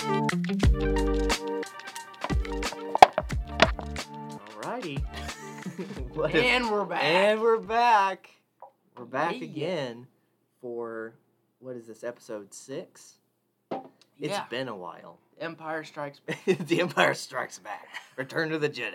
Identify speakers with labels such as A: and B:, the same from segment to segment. A: what a-
B: and we're back.
A: and we're back. We're back
B: Yeah.
A: again for what is this episode six? It's
B: yeah.
A: been a while.
B: Empire Strikes. Back.
A: the Empire Strikes Back. Return to the Jedi.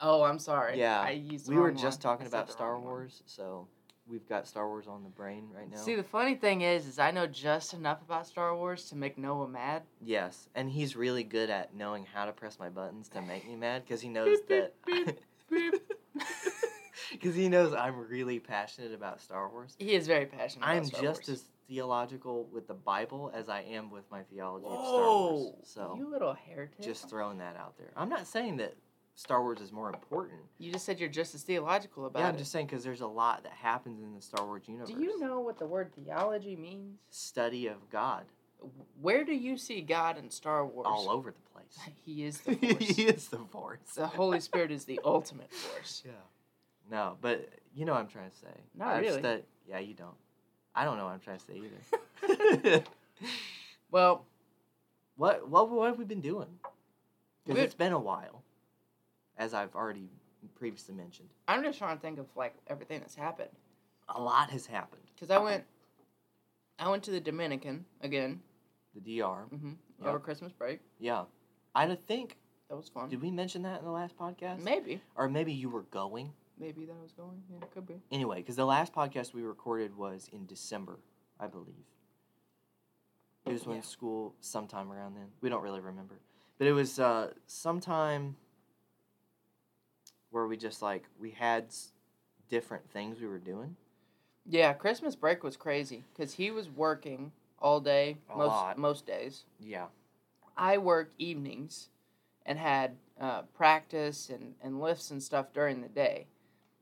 B: Oh, I'm sorry.
A: Yeah,
B: I used the
A: we were
B: wrong
A: just
B: one. I
A: talking
B: said
A: about
B: the
A: Star
B: wrong one.
A: Wars, so we've got Star Wars on the brain right now.
B: See, the funny thing is, is I know just enough about Star Wars to make Noah mad.
A: yes, and he's really good at knowing how to press my buttons to make me mad because he knows that.
B: Beep, beep, beep, beep.
A: Because he knows I'm really passionate about Star Wars.
B: He is very passionate. about
A: I'm
B: Star
A: just
B: Wars.
A: as theological with the Bible as I am with my theology of Star Wars.
B: Whoa!
A: So
B: Oh, you little heretic.
A: just throwing that out there. I'm not saying that Star Wars is more important.
B: you just said you're just as theological about
A: yeah,
B: it.
A: I'm just saying because there's a lot that happens in the Star Wars universe.
B: Do you know what the word theology means?
A: study of God
B: Where do you see God in Star Wars?
A: all over the place?
B: He is the
A: he
B: force.
A: is the force.
B: the Holy Spirit is the ultimate force.
A: Yeah. No, but you know what I'm trying to say.
B: Not
A: I've
B: really.
A: stud- yeah, you don't. I don't know what I'm trying to say either.
B: Well,
A: what what what have we been doing? Because
B: We've-
A: it's been a while, as I've already previously mentioned.
B: I'm just trying to think of like everything that's happened
A: A lot has happened.
B: because I went, I went to the Dominican again
A: The DR.
B: hmm
A: Yep.
B: over Christmas break.
A: Yeah. I don't think
B: That was fun.
A: did we mention that in the last podcast?
B: Maybe,
A: Or maybe you were going.
B: maybe that was going. Yeah, it could be.
A: Anyway, because the last podcast we recorded was in December, I believe. It was when
B: Yeah.
A: school, sometime around then. We don't really remember. But it was uh, sometime where we just like, we had s- different things we were doing.
B: Yeah, Christmas break was crazy because he was working all day,
A: A
B: most
A: lot.
B: most days.
A: Yeah.
B: I worked evenings and had uh, practice and, and lifts and stuff during the day.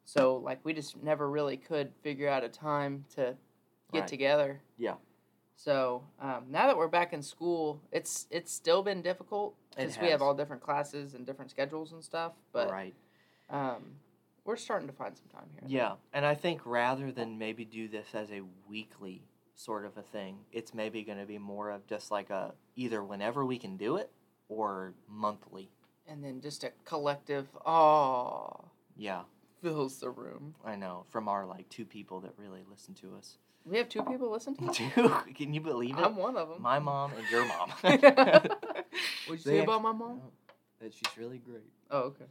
B: So, like, we just never really could figure out a time to get
A: Right.
B: together.
A: Yeah.
B: So, um, now that we're back in school, it's it's still been difficult
A: It
B: because we have
A: has.
B: all different classes and different schedules and stuff. But
A: right.
B: um, we're starting to find some time here. and
A: Yeah. And I think rather than maybe do this as a weekly sort of a thing, it's maybe going to be more of just like a either whenever we can do it or monthly.
B: there. And then just a collective, oh,
A: Yeah.
B: fills the room.
A: I know from our like two people that really listen to us.
B: We have two people listen to us.
A: Two? Can you believe it?
B: I'm one of them.
A: my mom and your mom.
B: What'd you
A: They
B: say about my mom?
A: that she's really great.
B: Oh, okay.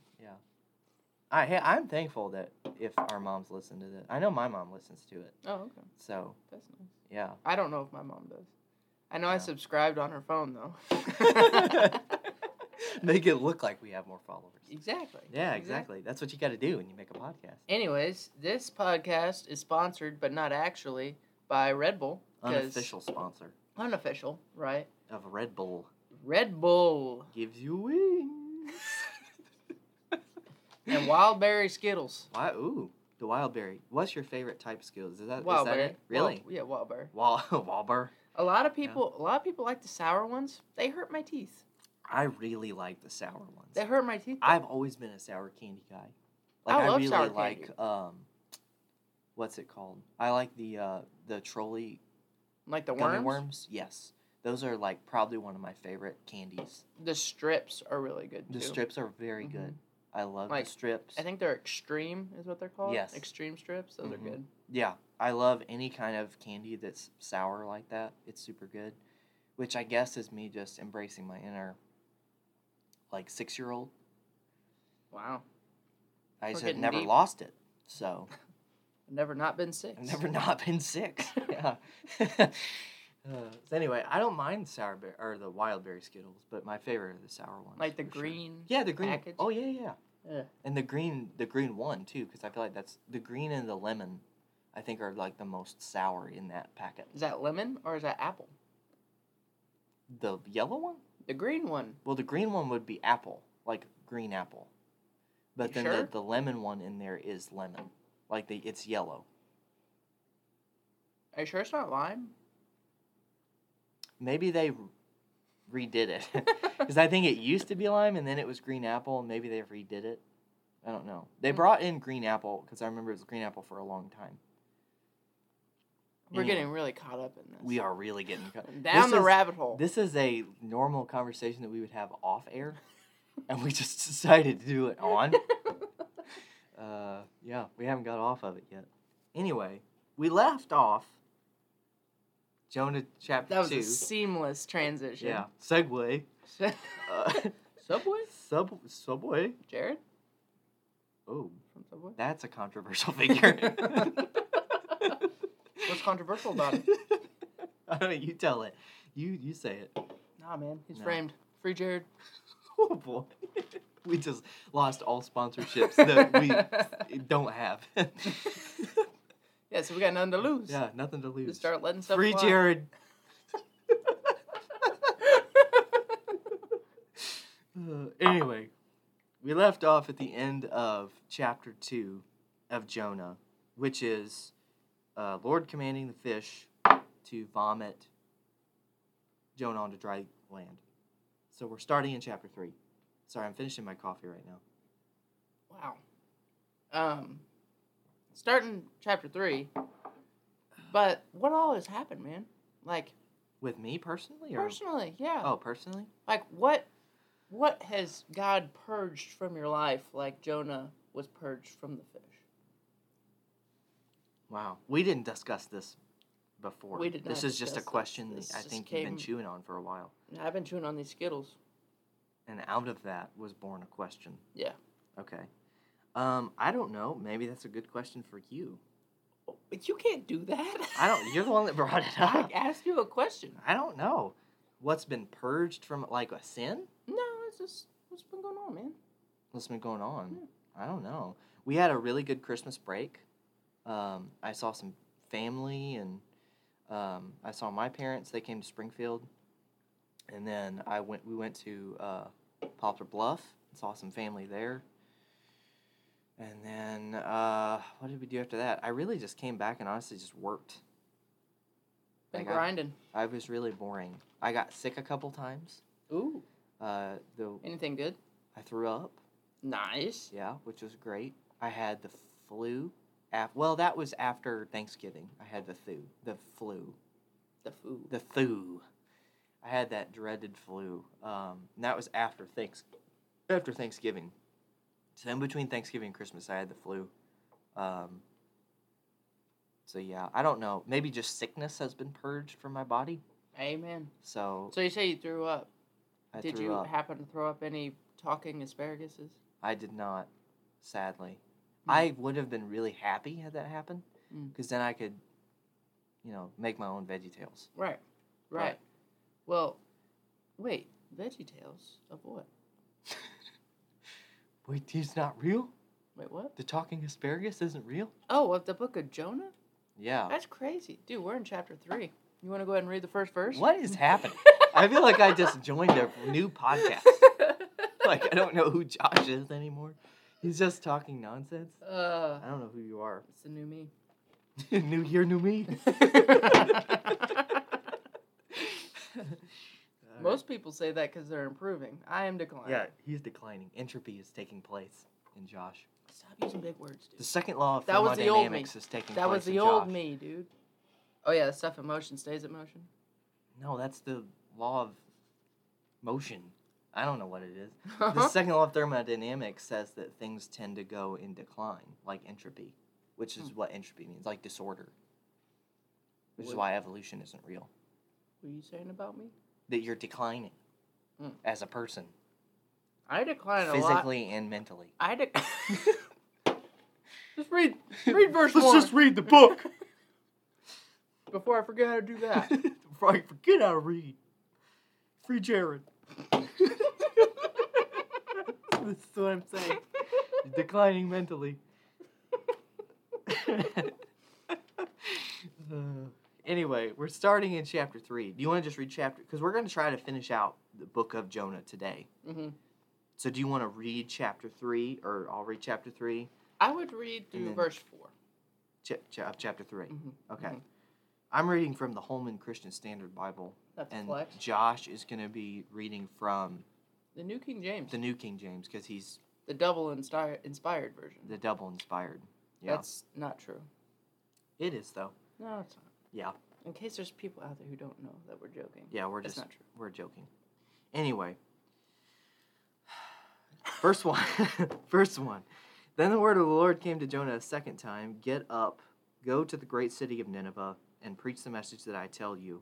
A: I hey, I'm thankful that if our moms listen to this, I know my mom listens to it.
B: Oh, okay.
A: So
B: That's nice.
A: yeah,
B: I don't know if my mom does. I know I
A: Yeah.
B: subscribed on her phone though.
A: make it look like we have more followers.
B: exactly.
A: Yeah, exactly. That's what you got to do when you make a podcast.
B: Anyways, this podcast is sponsored, but not actually, by Red Bull. 'cause-
A: Unofficial sponsor
B: Unofficial, right?
A: of Red Bull
B: Red Bull
A: gives you wings.
B: and Wildberry Skittles.
A: Why? Ooh, the wildberry. What's your favorite type of skills? Uh, Is that is that
B: Wildberry.
A: it? Really?
B: Wild- yeah, Wildberry.
A: Wall Walber.
B: A lot of people, a lot of people like the sour ones. They hurt my teeth.
A: I really like the sour ones.
B: They hurt my teeth.
A: I've always been a sour candy guy. Like
B: I
A: I,
B: love
A: really
B: sour
A: like
B: candy.
A: um what's it called? I like the uh the trolley
B: Like the
A: gummy
B: worms.
A: worms. Yes. Those are like probably one of my favorite candies.
B: The strips are really good too.
A: The strips are very good. I love
B: Mm-hmm. Like,
A: the strips.
B: I think they're extreme, is what they're called.
A: Yes.
B: Extreme strips. Those
A: Mhm.
B: are good.
A: yeah, I love any kind of candy that's sour like that. It's super good. Which I guess is me just embracing my inner like 6-year-old.
B: Wow.
A: I
B: We're
A: just have
B: getting
A: never
B: deep.
A: lost it. So
B: I've never not been six.
A: I've never not been sick. yeah. uh, so anyway, I don't mind sour bear, or the wild berry Skittles, but my favorite are the sour ones.
B: Like the
A: for sure.
B: green.
A: Yeah, the green.
B: package?
A: Oh yeah, yeah.
B: Ugh.
A: And the green, the green one too, because I feel like that's the green and the lemon. I think are like the most sour in that packet.
B: Is that lemon or is that apple?
A: The yellow one?
B: The green one.
A: Well, the green one would be apple, like green apple. But
B: You
A: then
B: sure?
A: the, the lemon one in there is lemon, like the it's yellow.
B: Are you sure it's not lime?
A: Maybe they redid it. Because I think it used to be lime, and then it was green apple, and maybe they redid it. I don't know. They
B: Mm.
A: brought in green apple because I remember it was green apple for a long time.
B: We're
A: Anyway,
B: getting really caught up in this.
A: We are really getting co-
B: Down
A: This
B: the
A: is-
B: rabbit hole.
A: This is a normal conversation that we would have off air, and we just decided to do it on. Uh, yeah, we haven't got off of it yet. Anyway, we left off Jonah chapter
B: That was
A: two.
B: a seamless transition.
A: yeah, segue. Uh,
B: Subway?
A: sub Subway.
B: Jared
A: Oh,
B: from Subway.
A: that's a controversial figure.
B: What's controversial about it?
A: I don't know. You tell it. You you say it.
B: Nah, man, he's
A: No.
B: framed. Free Jared.
A: Oh boy. We just lost all sponsorships that we don't have.
B: Yeah, so we got nothing to lose.
A: yeah, nothing to lose.
B: Just start letting stuff
A: Free
B: fly.
A: Jared. Uh, anyway, we left off at the end of chapter two of Jonah, which is uh, Lord commanding the fish to vomit Jonah onto dry land. So we're starting in chapter three. Sorry, I'm finishing my coffee right now.
B: Wow. Um, starting chapter three. But what all has happened, man? Like
A: With me personally, or
B: personally, yeah.
A: oh, personally,
B: Like what? What has God purged from your life, like Jonah was purged from the fish?
A: wow. We didn't discuss this before.
B: We did
A: This
B: not
A: is just a
B: discuss this.
A: question
B: This
A: that I
B: just
A: think you've
B: came-
A: been chewing on for a while,
B: And I've been chewing on these Skittles.
A: and out of that was born a question.
B: Yeah.
A: Okay. Um, I don't know. Maybe that's a good question for you.
B: But you can't do that.
A: I don't. You're the one that brought it
B: I
A: up.
B: asked you a question.
A: I don't know. What's been purged from like a sin?
B: No, it's just what's been going on, man.
A: What's been going on?
B: Hmm.
A: I don't know. We had a really good Christmas break. Um, I saw some family, and um, I saw my parents. They came to Springfield, and then I went. We went to uh, Poplar Bluff. and Saw some family there. And then uh, what did we do after that? I really just came back and honestly just worked.
B: Been
A: Like, I-
B: grinding.
A: I was really boring. I got sick a couple times.
B: Ooh.
A: Uh, the
B: Anything good?
A: I threw up.
B: Nice.
A: Yeah, which was great. I had the flu. Af- well, that was after Thanksgiving. I had the flu. The flu.
B: The food.
A: The flu. I had that dreaded flu. Um, and that was after thanks after Thanksgiving. So in between Thanksgiving and Christmas, I had the flu. Um, so yeah, I don't know. Maybe just sickness has been purged from my body.
B: Amen.
A: So,
B: So you say you threw up.
A: I
B: Did
A: threw
B: you
A: up.
B: happen to throw up any talking asparaguses?
A: I did not, sadly.
B: Mm.
A: I would have been really happy had that happened,
B: Mm.
A: because then I could, you know, make my own Veggie Tales.
B: Right. Right.
A: Right.
B: Well, wait. Veggie Tales of what?
A: Wait, it's not real.
B: Wait, what?
A: The talking asparagus isn't real.
B: Oh, of the book of Jonah?
A: Yeah.
B: That's crazy. Dude, we're in chapter three. You want to go ahead and read the first verse?
A: What is happening? I feel like I just joined a new podcast. Like I don't know who Josh is anymore. He's just talking nonsense.
B: uh,
A: I don't know who you are.
B: it's the new me.
A: new year, new me.
B: Most people say that because they're improving. I am declining.
A: Yeah, he's declining. Entropy is taking place in Josh.
B: Stop using big words,
A: The
B: dude.
A: second law of
B: That was the old me.
A: thermodynamics is taking
B: That
A: place.
B: was the
A: in
B: old
A: Josh.
B: me, dude. Oh yeah, the stuff in motion stays in motion.
A: No, that's the law of motion. I don't know what it is. The second law of thermodynamics says that things tend to go in decline, like entropy, which is what entropy means, like disorder. Which is
B: Would-
A: why evolution isn't real.
B: What are you saying about me?
A: That you're declining
B: Hmm.
A: as a person,
B: I decline a lot.
A: physically and mentally.
B: I de- Just read, read verse one
A: read the book.
B: before I forget how to do that.
A: Before I forget how to read. Free Jared. That's what I'm saying. Declining mentally. Uh, anyway, we're starting in chapter three. Do you want to just read chapter? Because we're going to try to finish out the book of Jonah today.
B: hmm
A: So, do you want to read chapter three, or I'll read chapter three?
B: I would read through
A: And then-
B: verse 4
A: Ch- ch- of chapter 3
B: Mm-hmm.
A: Okay.
B: mhm.
A: I'm reading from the Holman Christian Standard Bible.
B: That's a
A: and
B: flex.
A: Josh is going to be reading from
B: The New King James,
A: the New King James because he's
B: the double inspired inspired version.
A: the double inspired. Yeah,
B: That's not true.
A: it is though.
B: No, it's not.
A: Yeah,
B: In case there's people out there who don't know that we're joking.
A: yeah, we're
B: That's
A: just
B: not true.
A: we're joking. Anyway, first one, first one. Then the word of the Lord came to Jonah a second time Get up, go to the great city of Nineveh, and preach the message that I tell you.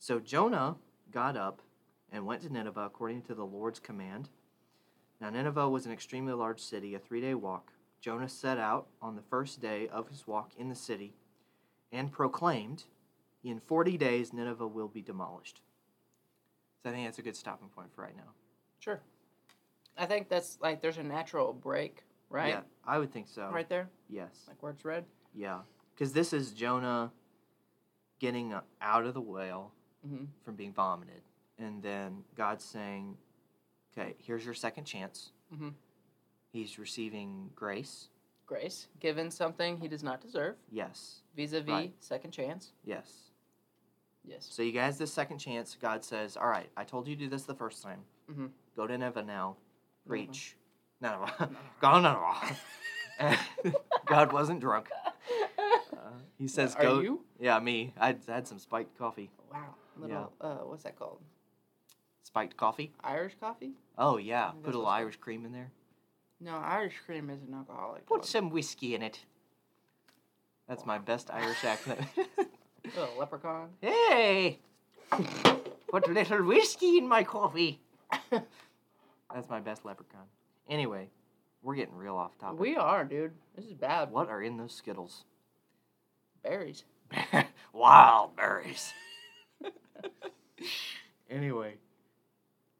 A: So Jonah got up and went to Nineveh according to the Lord's command. Now, Nineveh was an extremely large city, a three day walk. Jonah set out on the first day of his walk in the city and proclaimed, In 40 days, Nineveh will be demolished. So I think that's a good stopping point for right now.
B: Sure. I think that's like there's a natural break, right?
A: Yeah, I would think so.
B: Right there,
A: Yes.
B: like where it's red.
A: Yeah. Because this is Jonah getting uh, out of the whale
B: Mm-hmm.
A: from being vomited. And then God's saying, okay, here's your second chance.
B: Mhm.
A: He's receiving grace.
B: Grace, given something he does not deserve,
A: Yes.
B: vis-a-vis
A: Right.
B: second chance.
A: Yes.
B: Yes.
A: So you guys, this second chance, God says, all right, I told you to do this the first time.
B: Mhm.
A: Go to Nineveh now.
B: Nineveh.
A: Preach. Nineveh. Go to Nineveh. God wasn't drunk. Uh, he says,
B: Are
A: go.
B: you?
A: Yeah, me. I had some spiked coffee.
B: Wow. Little. Uh, what's that called?
A: Spiked coffee?
B: Irish coffee?
A: Oh, yeah.
B: think
A: Put
B: Mm-hmm. that's
A: a little
B: what's good.
A: Irish cream in there.
B: No, Irish cream is an alcoholic.
A: Put
B: drug.
A: some whiskey in it. That's my best Irish accent.
B: Little leprechaun.
A: hey! Put a little whiskey in my coffee. That's my best leprechaun. Anyway, we're getting real off topic.
B: We are, dude. This is bad.
A: what are in those Skittles?
B: Berries.
A: Wild berries. anyway,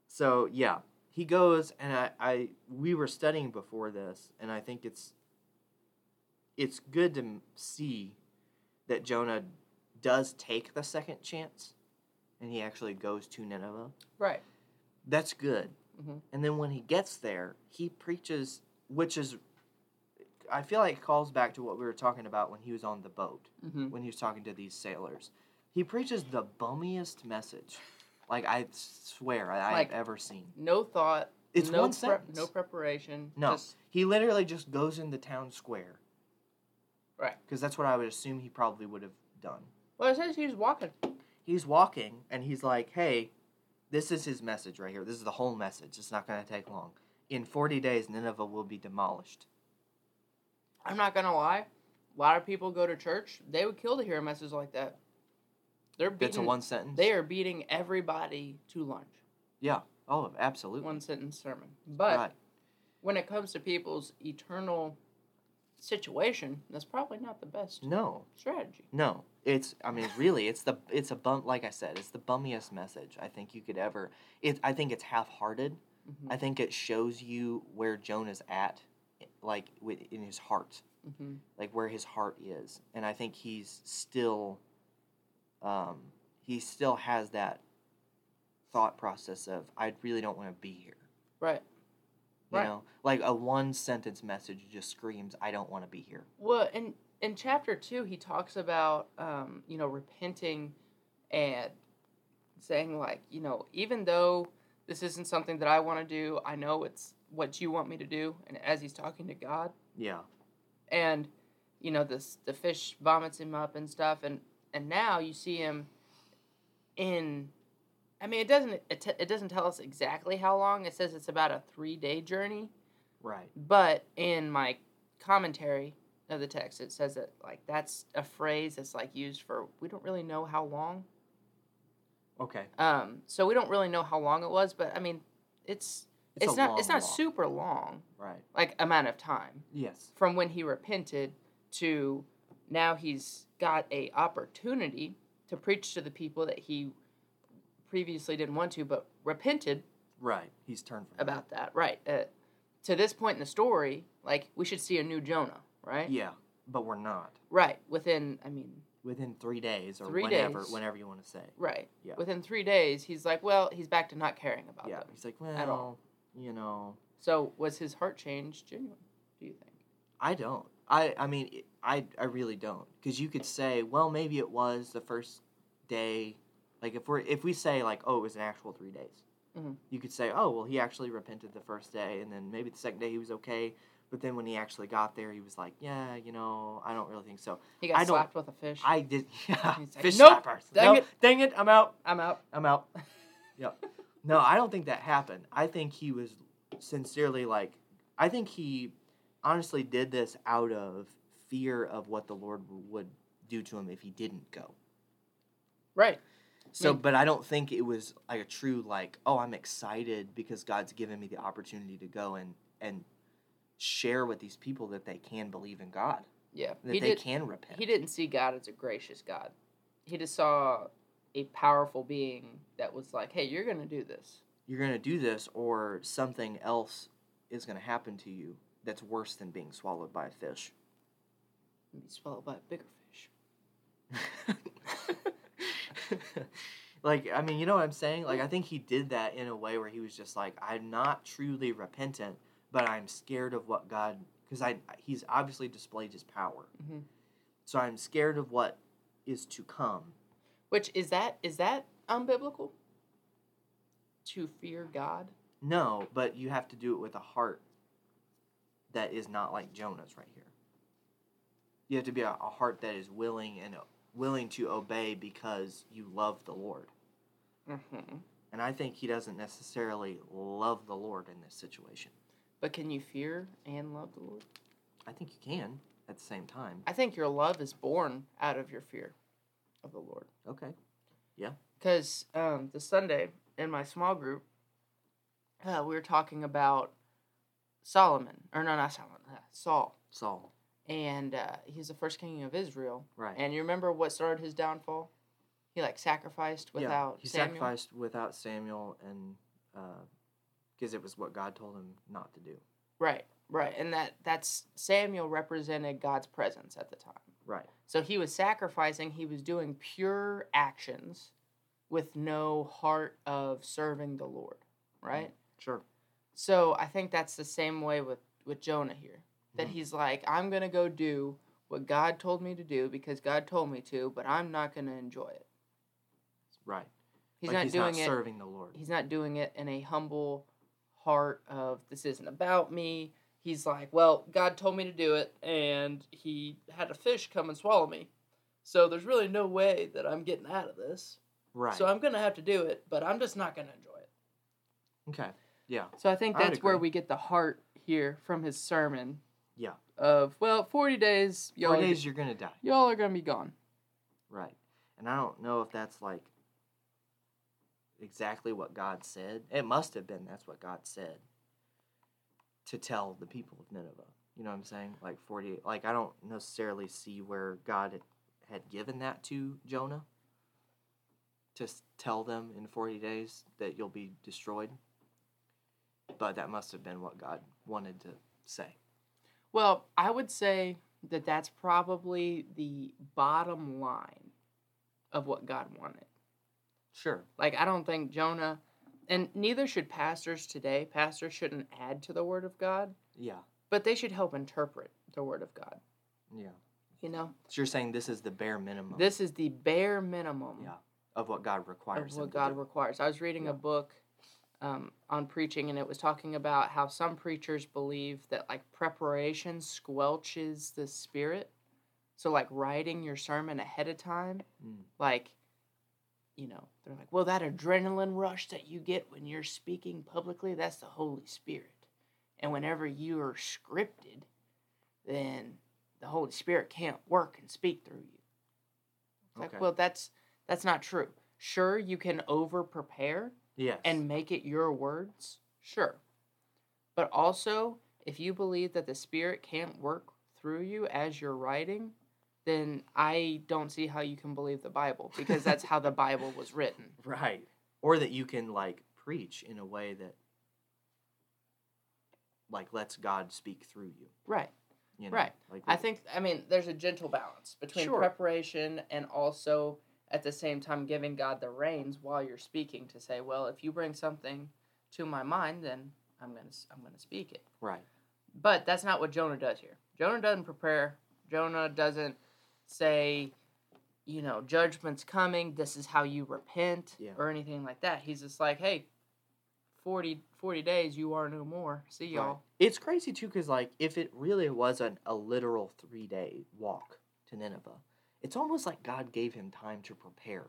A: so yeah, he goes, and I, I, we were studying before this, and I think it's, it's good to m- see that Jonah does take the second chance, and he actually goes to Nineveh.
B: Right.
A: That's good.
B: Mhm.
A: And then when he gets there, he preaches, which is, I feel like calls back to what we were talking about when he was on the boat
B: Mm-hmm.
A: when he was talking to these sailors. He preaches the bummiest message, like I swear I,
B: Like-
A: I've ever seen.
B: No thought.
A: It's
B: no
A: one
B: prep.
A: sentence.
B: No preparation.
A: No,
B: Just,
A: he literally just goes in the town square.
B: Right.
A: Because that's what I would assume he probably would have done.
B: well, it says he was walking.
A: He's walking and he's like, "Hey, this is his message right here. This is the whole message. It's not going to take long. In forty days, Nineveh will be demolished."
B: I'm not gonna lie. A lot of people go to church. They would kill to hear a message like that. They're beating.
A: It's a one sentence.
B: They are beating everybody to lunch.
A: Yeah. Oh, absolutely.
B: One sentence sermon. But
A: right.
B: when it comes to people's eternal situation, that's probably not the best
A: No.
B: strategy.
A: No, it's. I mean, really, it's the. It's a bum. Like I said, it's the bummiest message I think you could ever. It. I think it's half-hearted.
B: Mhm.
A: I think it shows you where Jonah's at, like with in his heart,
B: Mm-hmm.
A: like where his heart is, and I think he's still. Um, he still has that. Thought process of I really don't want to be here.
B: Right.
A: You
B: Right.
A: know, like a one sentence message just screams, "I don't want to be here."
B: Well, in in chapter two, he talks about um, you know repenting and saying like you know even though this isn't something that I want to do, I know it's what you want me to do. And as he's talking to God,
A: Yeah.
B: and you know this the fish vomits him up and stuff, and and now you see him in. I mean, it doesn't it, t- it doesn't tell us exactly how long. It says it's about a three day journey.
A: Right.
B: But in my commentary of the text, it says that like that's a phrase that's like used for we don't really know how long.
A: Okay.
B: Um, so we don't really know how long it was, but I mean, it's it's,
A: a
B: not it's
A: long
B: not
A: walk.
B: super long
A: Right.
B: like amount of time
A: Yes.
B: from when he repented to now he's got a opportunity to preach to the people that he previously didn't want to but repented
A: Right. He's turned from that.
B: about that right uh, to this point in the story like we should see a new jonah right
A: Yeah, but we're not
B: Right. Within, I mean,
A: within three days or
B: Three
A: whenever,
B: days.
A: whenever you want to say.
B: right.
A: Yeah.
B: Within three days, he's like, well, he's back to not caring about
A: yeah,
B: them.
A: he's like,
B: At all.
A: well, you know,
B: So was his heart change genuine? Do you think?
A: I don't. I I mean, it- I I really don't, because you could say, well, maybe it was the first day, like if we're if we say like, oh, it was an actual three days,
B: Mhm.
A: you could say, oh, well, he actually repented the first day, and then maybe the second day he was okay. But then when he actually got there, he was like, "Yeah, you know, I don't really think so.
B: He got
A: I don't-
B: slapped with a fish. I,
A: I did. Yeah,
B: He's like,
A: fish
B: "Nope,
A: slappers.
B: dang
A: Nope, dang it, I'm out.
B: am out.
A: I'm out. yeah. No, I don't think that happened. I think he was sincerely like, I think he honestly did this out of fear of what the Lord would do to him if he didn't go.
B: Right.
A: So,
B: Mm.
A: but I don't think it was like a true like, oh, I'm excited because God's given me the opportunity to go and and share with these people that they can believe in God,
B: Yeah.
A: that
B: he
A: they
B: did.
A: can repent.
B: He didn't see God as a gracious God. He just saw a powerful being that was like, "Hey, you're gonna do this."
A: You're going to do this, or something else is going to happen to you that's worse than being swallowed by a fish.
B: And be swallowed by a bigger fish.
A: like I mean, you know what I'm saying? Like I think he did that in a way where he was just like, I'm not truly repentant, but I'm scared of what God because I he's obviously displayed his power.
B: Mhm.
A: So I'm scared of what is to come.
B: Which is that? Is that unbiblical? To fear God.
A: No, but you have to do it with a heart that is not like Jonah's right here. You have to be a, a heart that is willing and uh, willing to obey because you love the Lord.
B: Mm-hmm.
A: And I think he doesn't necessarily love the Lord in this situation.
B: But can you fear and love the Lord?
A: I think you can at the same time.
B: I think your love is born out of your fear of the Lord.
A: Okay.
B: because um, the Sunday in my small group, uh, we were talking about Solomon, or no, not Solomon, uh, Saul,
A: Saul.
B: and uh, he's the first king of Israel.
A: Right.
B: And you remember what started his downfall? He like sacrificed
A: Yeah,
B: without
A: he
B: Samuel.
A: sacrificed without Samuel and because it was what God told him not to do.
B: Right, right, and that that's Samuel represented God's presence at the time.
A: Right.
B: So he was sacrificing. He was doing pure actions, with no heart of serving the Lord. Right.
A: Sure.
B: So I think that's the same way with with Jonah here. That
A: Mhm.
B: he's like, I'm gonna go do what God told me to do because God told me to, but I'm not gonna enjoy it.
A: Right.
B: He's
A: Like,
B: not
A: he's
B: doing
A: not
B: it.
A: serving the Lord.
B: He's not doing it in a humble heart of this isn't about me. He's like, well, God told me to do it, and he had a fish come and swallow me. So there's really no way that I'm getting out of this.
A: Right.
B: So I'm gonna have to do it, but I'm just not gonna enjoy it.
A: okay. Yeah.
B: So I think
A: I would
B: that's where
A: agree.
B: we get the heart here from his sermon.
A: Yeah.
B: Of well, forty days, y'all,
A: Four
B: are-
A: days you're gonna die.
B: y'all are gonna be gone.
A: Right. And I don't know if that's like exactly what God said. It must have been that's what God said to tell the people of Nineveh. You know what I'm saying? Like 48. Like, I don't necessarily see where God had given that to Jonah to s- tell them in 40 days that you'll be destroyed. But that must have been what God wanted to say.
B: Well, I would say that that's probably the bottom line of what God wanted.
A: Sure.
B: Like I don't think Jonah, and neither should pastors today. Pastors shouldn't add to the Word of God,
A: Yeah.
B: but they should help interpret the Word of God.
A: Yeah.
B: You know,
A: So you're saying this is the bare minimum
B: this is the bare minimum.
A: Yeah. of what God requires.
B: of
A: them
B: what
A: to
B: God
A: do.
B: requires. I was reading
A: Yeah.
B: a book um, on preaching, and it was talking about how some preachers believe that like preparation squelches the spirit. So like writing your sermon ahead of time,
A: Mm.
B: like you know, they're like, well, that adrenaline rush that you get when you're speaking publicly, that's the Holy Spirit, and whenever you are scripted, then the Holy Spirit can't work and speak through you. It's
A: Okay.
B: Like, well, that's that's not true. Sure, you can over prepare
A: Yes.
B: and make it your words. Sure. But also, if you believe that the spirit can't work through you as you're writing, then I don't see how you can believe the Bible because that's how the Bible was written.
A: right, or that you can like preach in a way that like lets God speak through you.
B: Right.
A: you know?
B: Right.
A: Like
B: I
A: that-
B: think I mean there's a gentle balance between
A: Sure.
B: preparation and also at the same time giving God the reins while you're speaking to say, well, if you bring something to my mind, then I'm going to I'm going to speak it.
A: Right.
B: But that's not what Jonah does here. Jonah doesn't prepare. Jonah doesn't say, you know, judgment's coming. This is how you repent
A: Yeah.
B: or anything like that. He's just like, hey, 40, 40 days, you are no more. See y'all.
A: Right. It's crazy too, because like if it really was an, a literal three day walk to Nineveh, it's almost like God gave him time to prepare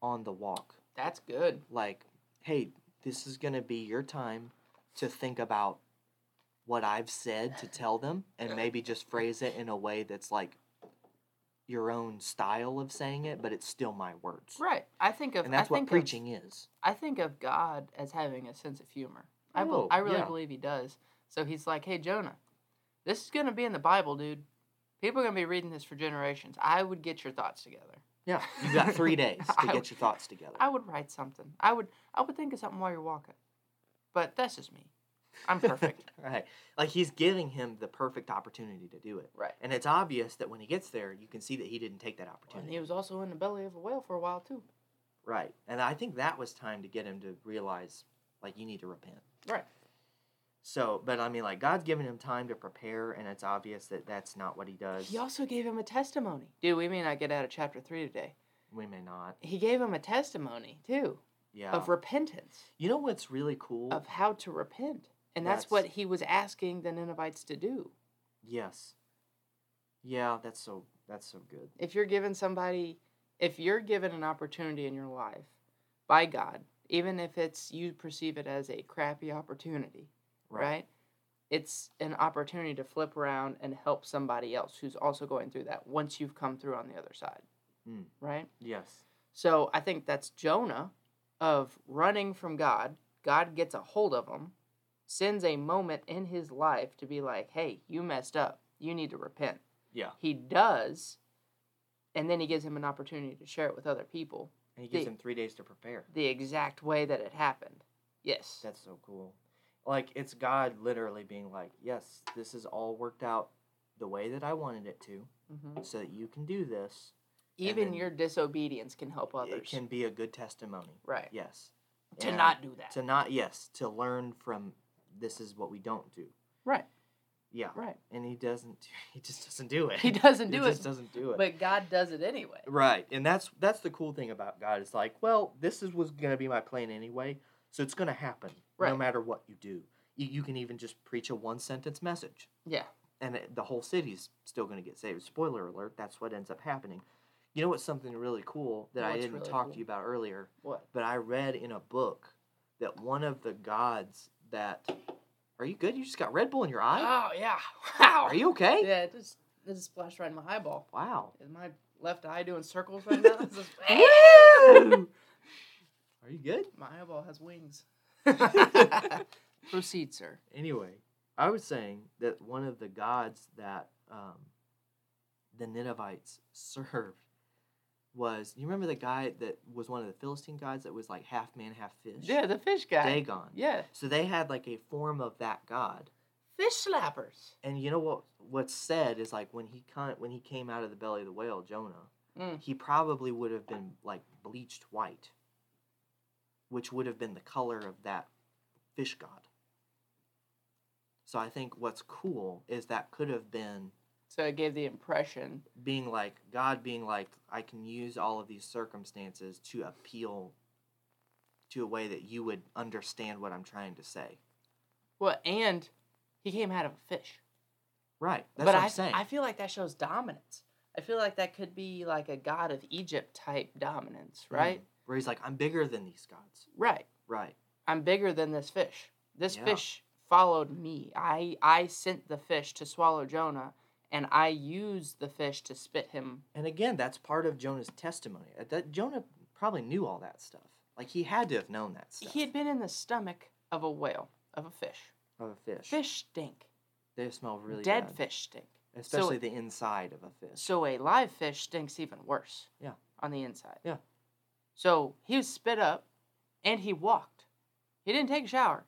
A: on the walk.
B: That's good.
A: Like, hey, this is gonna be your time to think about what I've said to tell them and maybe just phrase it in a way that's like your own style of saying it, but it's still my words.
B: Right. I think of
A: And that's
B: I
A: what
B: think
A: preaching is.
B: Of, I think of God as having a sense of humor. I bel-
A: Oh,
B: I really
A: yeah.
B: believe he does. So he's like, "Hey Jonah, this is going to be in the Bible, dude. People are going to be reading this for generations. I would get your thoughts together.
A: Yeah. You got three days to
B: I-
A: get your thoughts together.
B: I would write something. I would I would think of something while you're walking. But that's just me. I'm perfect.
A: right. Like he's giving him the perfect opportunity to do it.
B: right.
A: And it's obvious that when he gets there, you can see that he didn't take that
B: And
A: opportunity.
B: he was also in the belly of a whale for a while too.
A: Right. And I think that was time to get him to realize, like, you need to repent.
B: Right.
A: So, but I mean, like, God's giving him time to prepare, and it's obvious that that's not what he does.
B: He also gave him a testimony. Dude, we may not get out of chapter 3 today.
A: We may not.
B: He gave him a testimony too
A: Yeah.
B: of repentance,
A: you know what's really cool?
B: of how to repent. And that's,
A: That's-
B: what he was asking the Ninevites to do.
A: yes. Yeah, that's so that's so good.
B: If you're given somebody, if you're given an opportunity in your life by God, even if it's you perceive it as a crappy opportunity, right? It's an opportunity to flip around and help somebody else who's also going through that once you've come through on the other side.
A: Mm.
B: Right?
A: Yes.
B: So I think that's Jonah of running from God. God gets a hold of him, sends a moment in his life to be like, hey, you messed up. You need to repent.
A: Yeah.
B: He does. And then he gives him an opportunity to share it with other people
A: And he gives
B: The-
A: him three days to prepare.
B: the exact way that it happened. Yes.
A: That's so cool. Like it's God literally being like, Yes, this is all worked out the way that I wanted it to,
B: hmm
A: so that you can do this.
B: Even
A: then-
B: your disobedience can help others.
A: It can be a good testimony.
B: right.
A: Yes.
B: To
A: And
B: not do that.
A: to not yes, to learn from this is what we don't do.
B: right.
A: Yeah.
B: Right.
A: And he doesn't he just doesn't do it.
B: He doesn't
A: he
B: do
A: just
B: it.
A: doesn't do it.
B: But God does it anyway.
A: Right, and that's that's the cool thing about God. It's like, well, this is was gonna be my plan anyway, so it's gonna happen no
B: Right.
A: matter what you do. You, you can even just preach a one sentence message,
B: Yeah.
A: and it, the whole city's still gonna get saved. Spoiler alert: that's what ends up happening. You know what's something really cool that I
B: What's
A: didn't
B: really
A: talk
B: cool?
A: to you about earlier,
B: What?
A: but I read in a book that one of the gods that are you good? You just got Red Bull in your eye.
B: Oh yeah. Wow.
A: Are you okay?
B: Yeah, it just it just splashed right in my eyeball.
A: Wow.
B: Is my left eye doing circles right now? It's just-
A: Woo! Are you good?
B: my eyeball has wings.
A: Anyway,
B: Proceed, sir.
A: I was saying that one of the gods that um, the Ninevites served was you remember the guy that was one of the Philistine gods that was like half man, half fish?
B: Yeah, the fish guy.
A: Dagon.
B: Yeah,
A: So they had like a form of that god.
B: fish slappers.
A: And you know what what's said is like when he con- when he came out of the belly of the whale, Jonah,
B: Mm.
A: he probably would have been like bleached white, which would have been the color of that fish god. So I think what's cool is that could have been
B: So it gave the impression.
A: being like God being like I can use all of these circumstances to appeal to a way that you would understand what I'm trying to say.
B: Well, and he came out of a fish.
A: Right. That's what
B: but
A: I'm
B: I,
A: saying.
B: I feel like that shows dominance. I feel like that could be like a god of Egypt type dominance, right?
A: Mm. Where he's like I'm bigger than these gods.
B: Right.
A: Right.
B: I'm bigger than this fish. This
A: Yeah.
B: fish followed me. I I sent the fish to swallow Jonah, and I used the fish to spit him.
A: And again, that's part of Jonah's testimony. Uh, That Jonah probably knew all that stuff. Like he had to have known that stuff.
B: He had been in the stomach of a whale, of a fish.
A: of a fish.
B: Fish stink.
A: They smell really
B: Dead
A: bad,
B: fish stink.
A: especially the inside of a fish.
B: So a live fish stinks even worse.
A: Yeah.
B: On the inside.
A: Yeah.
B: So he was spit up, and he walked. He didn't take a shower.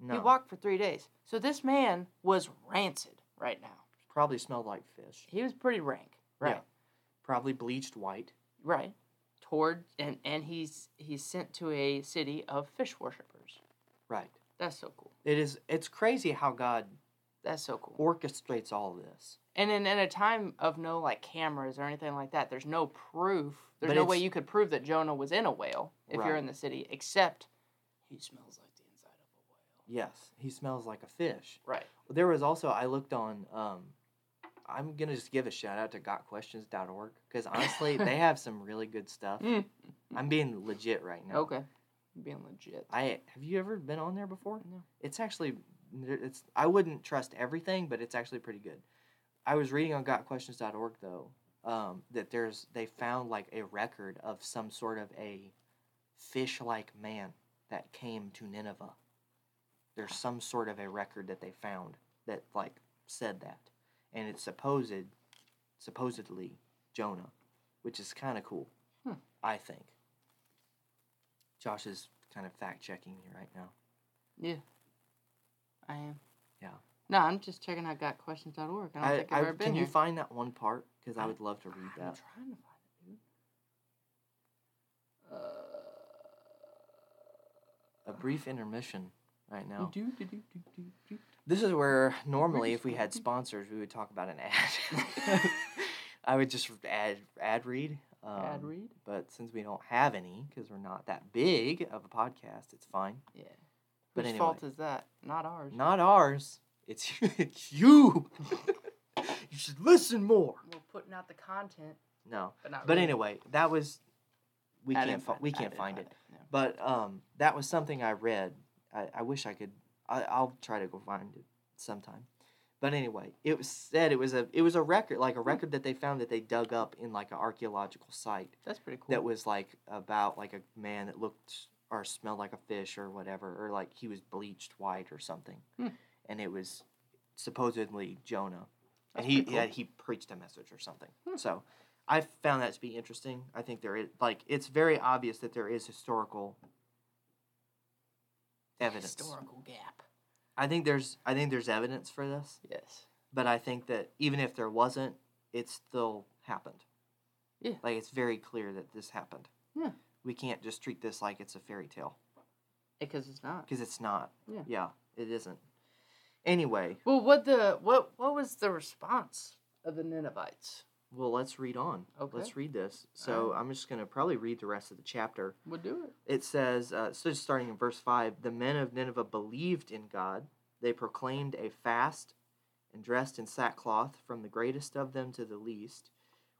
A: No,
B: He walked for three days. So this man was rancid right now.
A: probably smelled like fish.
B: He was pretty rank. Right.
A: Yeah. Probably bleached white.
B: Right. Toward and and he's he's sent to a city of fish worshippers.
A: Right.
B: That's so cool.
A: It is. It's crazy how God
B: That's so cool.
A: orchestrates all this.
B: And in, in a time of no like cameras or anything like that, there's no proof. There's
A: But
B: no way
A: it's-
B: you could prove that Jonah was in a whale if you're
A: Right.
B: in the city, except he smells like the inside of
A: Yes, he smells like a fish.
B: a whale. Right.
A: There was also I looked on. Um, I'm gonna just give a shout out to GotQuestions.org because honestly, they have some really good stuff.
B: Mm.
A: I'm being legit right now.
B: Okay. Being legit.
A: I have you ever been on there before?
B: No.
A: It's actually there- it's I wouldn't trust everything, but it's actually pretty good. I was reading on gotquestions.org though um, that there's they found like a record of some sort of a fish-like man that came to Nineveh. There's some sort of a record that they found that like said that, and it's supposed supposedly Jonah, which is kind of cool,
B: Hmm.
A: I think. Josh is kind of fact checking me right now.
B: Yeah. I am.
A: Yeah.
B: No, I'm just checking out gotquestions.org. I don't
A: I,
B: think I've
A: I,
B: ever been
A: can you
B: here.
A: find that one part? Because I
B: I-
A: would love to read
B: I'm
A: that.
B: trying to find it, dude. Uh,
A: A brief intermission right now.
B: Do, do, do, do, do, do.
A: This is where normally,
B: just
A: if we had
B: talking.
A: sponsors, we would talk about an ad. I would just ad ad read. Um,
B: Ad read?
A: But since we don't have any, because we're not that big of a podcast, it's fine.
B: Yeah. Whose
A: But anyway,
B: fault is that? Not ours.
A: not ours. It's it's you. you should listen more.
B: We're putting out the content,
A: No,
B: but not
A: but
B: really.
A: anyway, that was we
B: I
A: can't
B: didn't
A: fi- we
B: I
A: can't
B: didn't
A: find it. But um, that was something I read. I, I wish I could. I, I'll try to go find it sometime. But anyway, it was said it was a it was a record like a record that they found that they dug up in like an archaeological site
B: That's pretty cool.
A: that was like about like a man that looked or smelled like a fish or whatever or like he was bleached white or something,
B: Hmm.
A: and it was supposedly Jonah,
B: That's
A: and he
B: pretty cool.
A: yeah, he preached a message or something.
B: Hmm.
A: So I found that to be interesting. I think there is like it's very obvious that there is historical evidence.
B: Historical gap.
A: I think there's I think there's evidence for this,
B: Yes.
A: but I think that even if there wasn't, it still happened.
B: Yeah.
A: Like it's very clear that this happened.
B: Yeah.
A: We can't just treat this like it's a fairy tale
B: Because it's not.
A: because it's not.
B: Yeah.
A: Yeah, it isn't. Anyway,
B: Well, what the what what was the response of the Ninevites?
A: well, let's read on.
B: Okay.
A: Let's read this. So
B: Alright.
A: I'm just going to probably read the rest of the chapter.
B: We'll do it.
A: it says, uh, so just starting in verse 5, the men of Nineveh believed in God. They proclaimed a fast and dressed in sackcloth from the greatest of them to the least.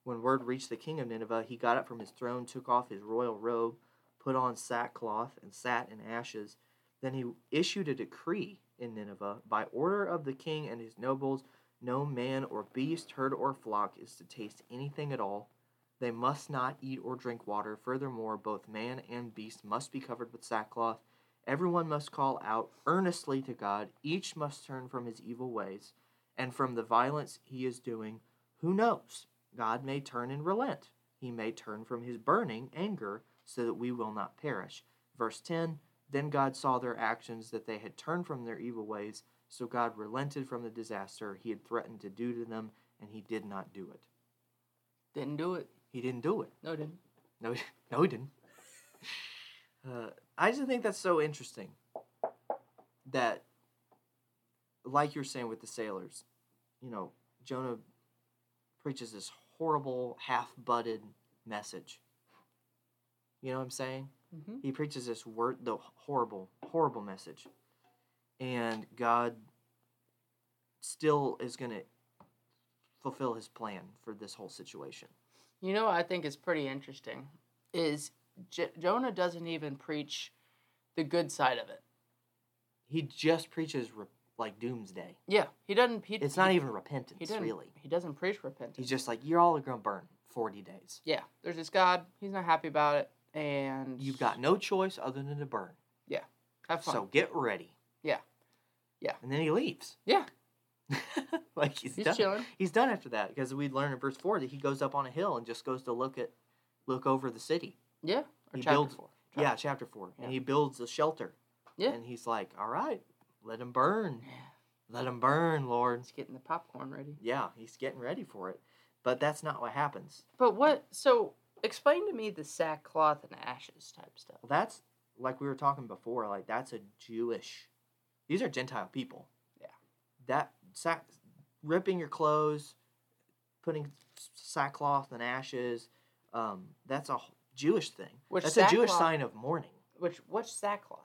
A: When word reached the king of Nineveh, he got up from his throne, took off his royal robe, put on sackcloth, and sat in ashes. Then he issued a decree in Nineveh by order of the king and his nobles no man or beast, herd, or flock is to taste anything at all. They must not eat or drink water. Furthermore, both man and beast must be covered with sackcloth. Everyone must call out earnestly to God. Each must turn from his evil ways and from the violence he is doing. Who knows? God may turn and relent. He may turn from his burning anger so that we will not perish. Verse 10 Then God saw their actions, that they had turned from their evil ways. So God relented from the disaster he had threatened to do to them, and he did not do it.
B: Didn't do it.
A: He didn't do it.
B: No, didn't.
A: No, he- no, he didn't. Uh, I just think that's so interesting that, like you're saying with the sailors, you know, Jonah preaches this horrible, half butted message. You know what I'm saying?
B: Mm-hmm.
A: He preaches this word, the horrible, horrible message. And God still is going to fulfill his plan for this whole situation.
B: You know, what I think is pretty interesting is J- Jonah doesn't even preach the good side of it.
A: he just preaches re- like doomsday.
B: Yeah, he doesn't. He,
A: It's
B: he-
A: not even repentance,
B: He doesn't
A: really.
B: He doesn't preach repentance.
A: He's just like, you're all gonna burn forty days.
B: yeah, there's this God. He's not happy about it, and
A: You've got no choice other than to burn.
B: have fun.
A: So get ready.
B: Yeah. Yeah.
A: And then he leaves.
B: Yeah.
A: like he's,
B: he's
A: done.
B: chilling.
A: He's done after that because we learn in verse four that he goes up on a hill and just goes to look at, look over the city.
B: Yeah, or
A: He
B: chapter
A: builds-
B: four. Chapter-
A: Yeah, chapter four,
B: Yeah.
A: and he builds a shelter.
B: Yeah.
A: And he's like, all right, let him burn,
B: Yeah,
A: let him burn, Lord.
B: he's getting the popcorn ready.
A: Yeah, he's getting ready for it, but that's not what happens.
B: But what? So explain to me the sackcloth and ashes type stuff.
A: Well, that's like we were talking before. Like that's a Jewish. These are Gentile people.
B: Yeah.
A: That sack, ripping your clothes, putting s- sackcloth and ashes. Um, that's a wh- Jewish thing.
B: Which
A: that's a Jewish
B: sackcloth-
A: sign of mourning.
B: Which what's sackcloth?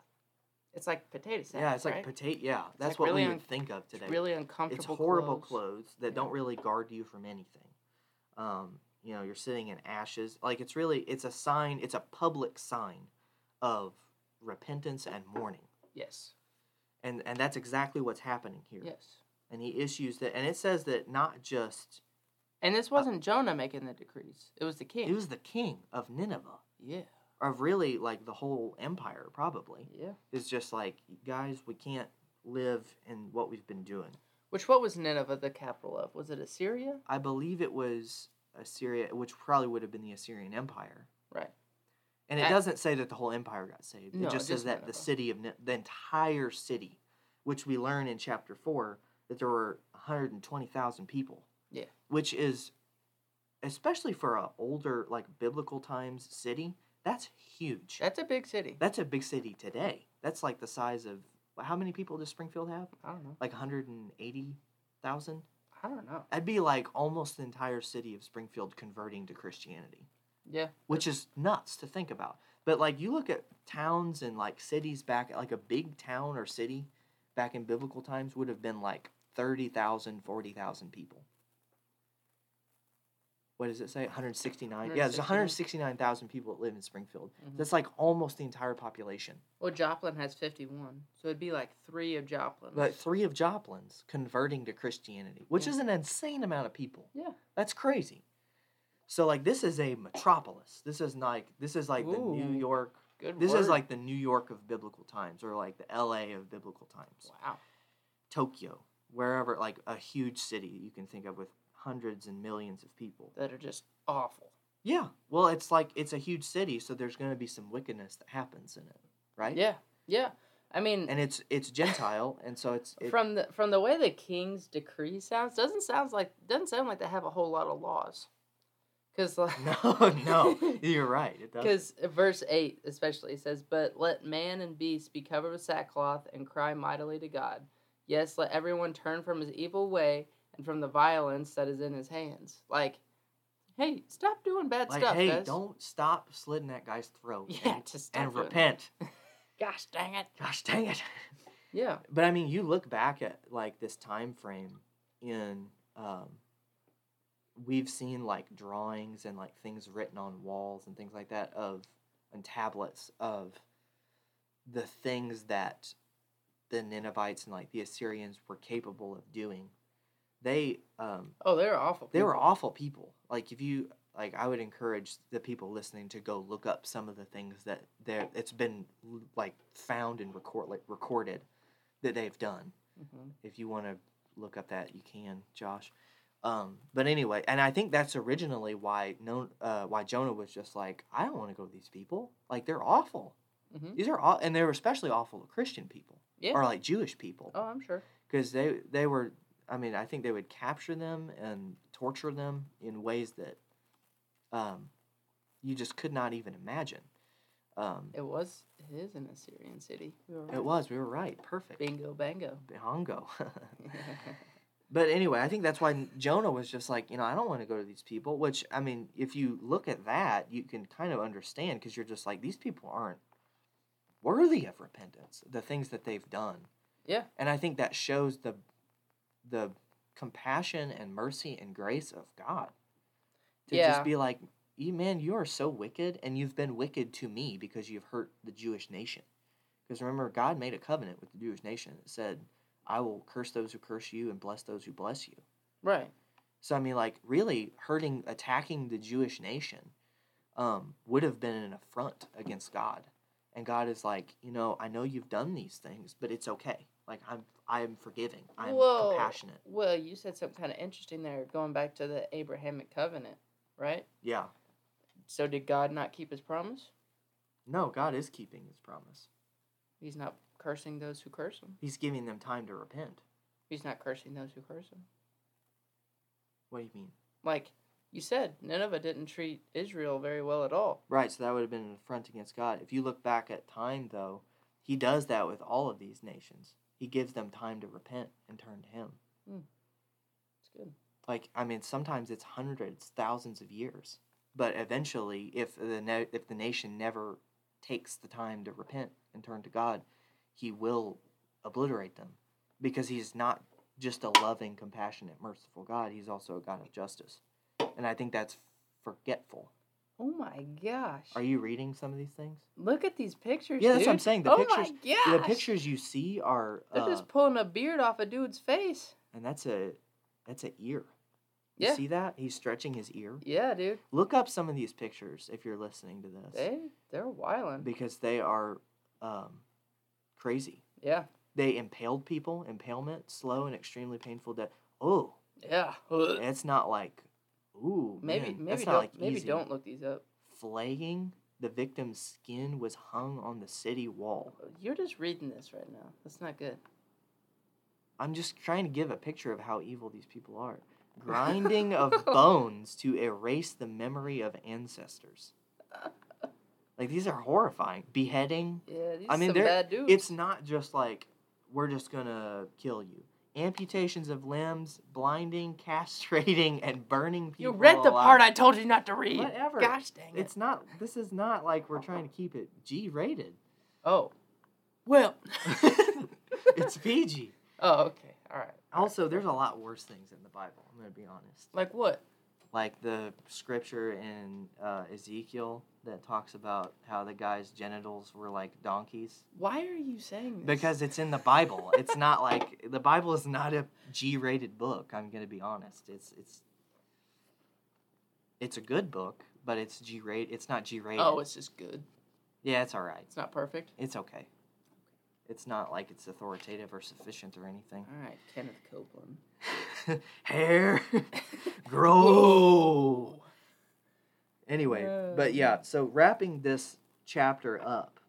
B: It's like potato sack.
A: yeah, it's like
B: right?
A: potato. Yeah, that's
B: like
A: what
B: really
A: we would
B: un-
A: think of
B: It's
A: today.
B: really
A: it's
B: uncomfortable.
A: horrible
B: clothes.
A: clothes, that don't really guard you from anything. Um, you know, you're sitting in ashes. Like it's really, it's a sign. It's a public sign of repentance and mourning.
B: Yes.
A: and and that's exactly what's happening here.
B: Yes.
A: And he issues that, and it says that not just
B: And this wasn't Jonah making the decrees. It was the king.
A: Uh, it was the king of Nineveh,
B: yeah.
A: of really like the whole empire, probably
B: Yeah.
A: is just like guys, we can't live in what we've been doing.
B: Which what was Nineveh the capital of? Was it Assyria?
A: I believe it was Assyria, which probably would have been the Assyrian Empire.
B: Right.
A: And it
B: I-
A: doesn't say that the whole empire got saved.
B: No,
A: it just says
B: just
A: that
B: Nineveh.
A: the city of Ni- the entire city, which we learn in chapter four, that there were 120,000 people.
B: Yeah.
A: Which is, especially for a older like biblical times city, that's huge.
B: That's a big city.
A: That's a big city today. That's like the size of how many people does Springfield have?
B: I don't know.
A: Like 180,000.
B: I don't know.
A: That'd be like almost the entire city of Springfield converting to Christianity
B: Yeah.
A: which is nuts to think about. But like you look at towns and like cities back, like a big town or city back in biblical times would have been like 30,000, 40,000 people. What does it say? 169? Yeah, there's 169,000 people that live in Springfield.
B: Mhm.
A: That's like almost the entire population.
B: Well, Joplin has fifty-one, so it'd be like three of Joplin.
A: But three of Joplin's converting to Christianity, which
B: Yeah.
A: is an insane amount of people.
B: Yeah.
A: That's crazy. So like this is a metropolis. This is like this is like the New
B: Ooh.
A: York
B: Good.
A: This is
B: word.
A: like the New York of biblical times, or like the LA of biblical times.
B: wow.
A: Tokyo, wherever, like a huge city that you can think of with hundreds and millions of people.
B: That are just awful.
A: Yeah. Well, it's like it's a huge city, so there's going to be some wickedness that happens in it, right?
B: Yeah. Yeah. I mean,
A: And it's it's Gentile, and so it's it,
B: from the from the way the king's decree sounds, doesn't sounds like doesn't sound like they have a whole lot of laws. Because like
A: no, no. You're right. It does.
B: Because verse 8 especially it says, But let man and beast be covered with sackcloth and cry mightily to God. Yes, let everyone turn from his evil way and from the violence that is in his hands. Like, hey, stop doing bad
A: Like,
B: stuff,
A: hey,
B: guys.
A: don't stop slitting that guy's throat
B: Yeah,
A: and,
B: just stop
A: and
B: doing it.
A: repent.
B: Gosh dang it.
A: Gosh dang it.
B: Yeah.
A: But I mean, you look back at like this time frame in um, we've seen like drawings and like things written on walls and things like that of and tablets of the things that the Ninevites and like the Assyrians were capable of doing. They um,
B: Oh, they're awful.
A: they were
B: people.
A: awful people. Like if you like, I would encourage the people listening to go look up some of the things that there it's been like found and record like recorded that they've done.
B: Mhm.
A: If you want to look up that, you can, Josh. Um, but anyway, and I think that's originally why no, uh, why Jonah was just like, I don't want to go with these people. Like they're awful.
B: Mhm.
A: These are all, and they were especially awful to Christian people
B: Yeah.
A: or like Jewish people
B: Oh, I'm sure.
A: because they they were i mean i think they would capture them and torture them in ways that um, you just could not even imagine um,
B: It was it is an Assyrian city. We were
A: it
B: right.
A: was we were right perfect
B: Bingo bango.
A: hongo but anyway i think that's why jonah was just like you know i don't want to go to these people which i mean if you look at that you can kind of understand because you're just like these people aren't worthy of repentance the things that they've done
B: yeah.
A: and I think that shows the the compassion and mercy and grace of God. To
B: Yeah.
A: just be like, "You man, you are so wicked, and you've been wicked to me because you've hurt the Jewish nation." Because remember, God made a covenant with the Jewish nation that said, "I will curse those who curse you and bless those who bless you."
B: Right.
A: So I mean, like, really hurting, attacking the Jewish nation um, would have been an affront against God. And God is like, you know, I know you've done these things, but it's okay. Like I'm, I'm forgiving. I'm
B: Whoa.
A: compassionate.
B: Well, you said something kind of interesting there, going back to the Abrahamic covenant, right?
A: Yeah.
B: So did God not keep his promise?
A: No, God is keeping His promise.
B: He's not cursing those who curse him.
A: He's giving them time to repent.
B: He's not cursing those who curse him.
A: What do you mean?
B: Like you said, Nineveh didn't treat Israel very well at all.
A: Right. So that would have been an affront against God. If you look back at time, though, He does that with all of these nations. He gives them time to repent and turn to Him.
B: It's good.
A: like I mean, sometimes it's hundreds, thousands of years. But eventually, if the na- if the nation never takes the time to repent and turn to God, He will obliterate them, because He's not just a loving, compassionate, merciful God. He's also a God of justice, and I think that's forgetful
B: Oh my gosh.
A: Are you reading some of these things?
B: Look at these pictures.
A: Yeah, that's what I'm
B: dude.
A: saying. The
B: oh
A: pictures-
B: my gosh.
A: The pictures you see are,
B: They're
A: uh,
B: just pulling a beard off a dude's face.
A: and that's a, that's an ear. You
B: Yeah.
A: see that? He's stretching his ear.
B: Yeah, dude.
A: Look up some of these pictures if you're listening to this,
B: They they're wilding.
A: because they are, um, crazy.
B: Yeah.
A: They impaled people. Impalement, slow and extremely painful death. Oh,
B: Yeah.
A: it's not like, ooh,
B: Maybe
A: man,
B: maybe
A: that's
B: don't
A: not like
B: maybe
A: easy.
B: don't look these up.
A: Flaying the victim's skin was hung on the city wall.
B: You're just reading this right now. That's not good.
A: I'm just trying to give a picture of how evil these people are. Grinding of bones to erase the memory of ancestors. Like these are horrifying. Beheading.
B: Yeah, these
A: I
B: are
A: mean,
B: some
A: they're-
B: bad dudes.
A: It's not just like we're just gonna kill you. Amputations of limbs, blinding, castrating, and burning people.
B: you read the part
A: alive.
B: I told you not to read.
A: Whatever.
B: Gosh dang it.
A: It's not. This is not like we're trying to keep it G-rated.
B: oh. Well.
A: It's PG.
B: oh, okay. All right.
A: Also, there's a lot worse things in the Bible. I'm gonna be honest.
B: Like what?
A: like the scripture in uh, Ezekiel that talks about how the guy's genitals were like donkeys
B: Why are you saying this?
A: because it's in the Bible. it's not like the Bible is not a G-rated book. I'm gonna be honest. It's it's it's a good book, but it's G-rated. It's not G-rated.
B: Oh, it's just good.
A: yeah, it's all right.
B: It's not perfect.
A: It's okay. It's not like it's authoritative or sufficient or anything.
B: All right, Kenneth Copeland.
A: Hair grow. Anyway, but yeah, so wrapping this chapter up,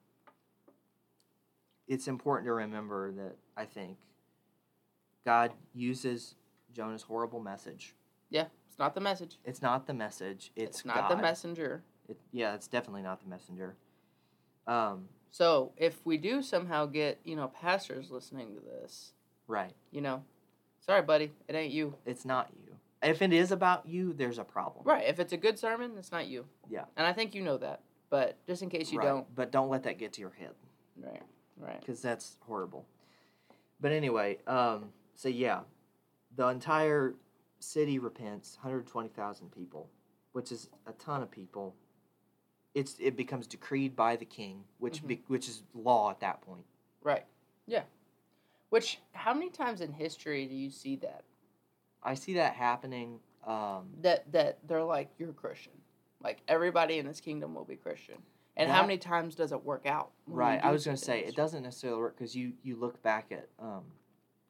A: it's important to remember that I think God uses Jonah's horrible message.
B: Yeah, it's not the message.
A: It's not the message. It's,
B: It's, not the
A: God.
B: messenger.
A: It, yeah, it's definitely not the messenger. Um,
B: So if we do somehow get, you know, pastors listening to this,
A: right.
B: you know, sorry, buddy, it ain't you.
A: It's not you. If it is about you, there's a problem.
B: Right. If it's a good sermon, it's not you.
A: Yeah.
B: And I think you know that. But just in case you
A: Right.
B: don't.
A: But don't let that get to your head.
B: Right. Right.
A: because that's horrible. But anyway, um, so yeah, the entire city repents, 120,000 people, which is a ton of people. It's it becomes decreed by the king, which
B: Mhm.
A: be, which is law at that point.
B: Right. Yeah. Which how many times in history do you see that?
A: I see that happening. Um,
B: That that they're like, You're Christian. Like everybody in this kingdom will be Christian. And how
A: That-
B: many times does it work out? when we
A: right,
B: do
A: I was
B: see
A: gonna say
B: things?
A: it doesn't necessarily work because you you look back at um,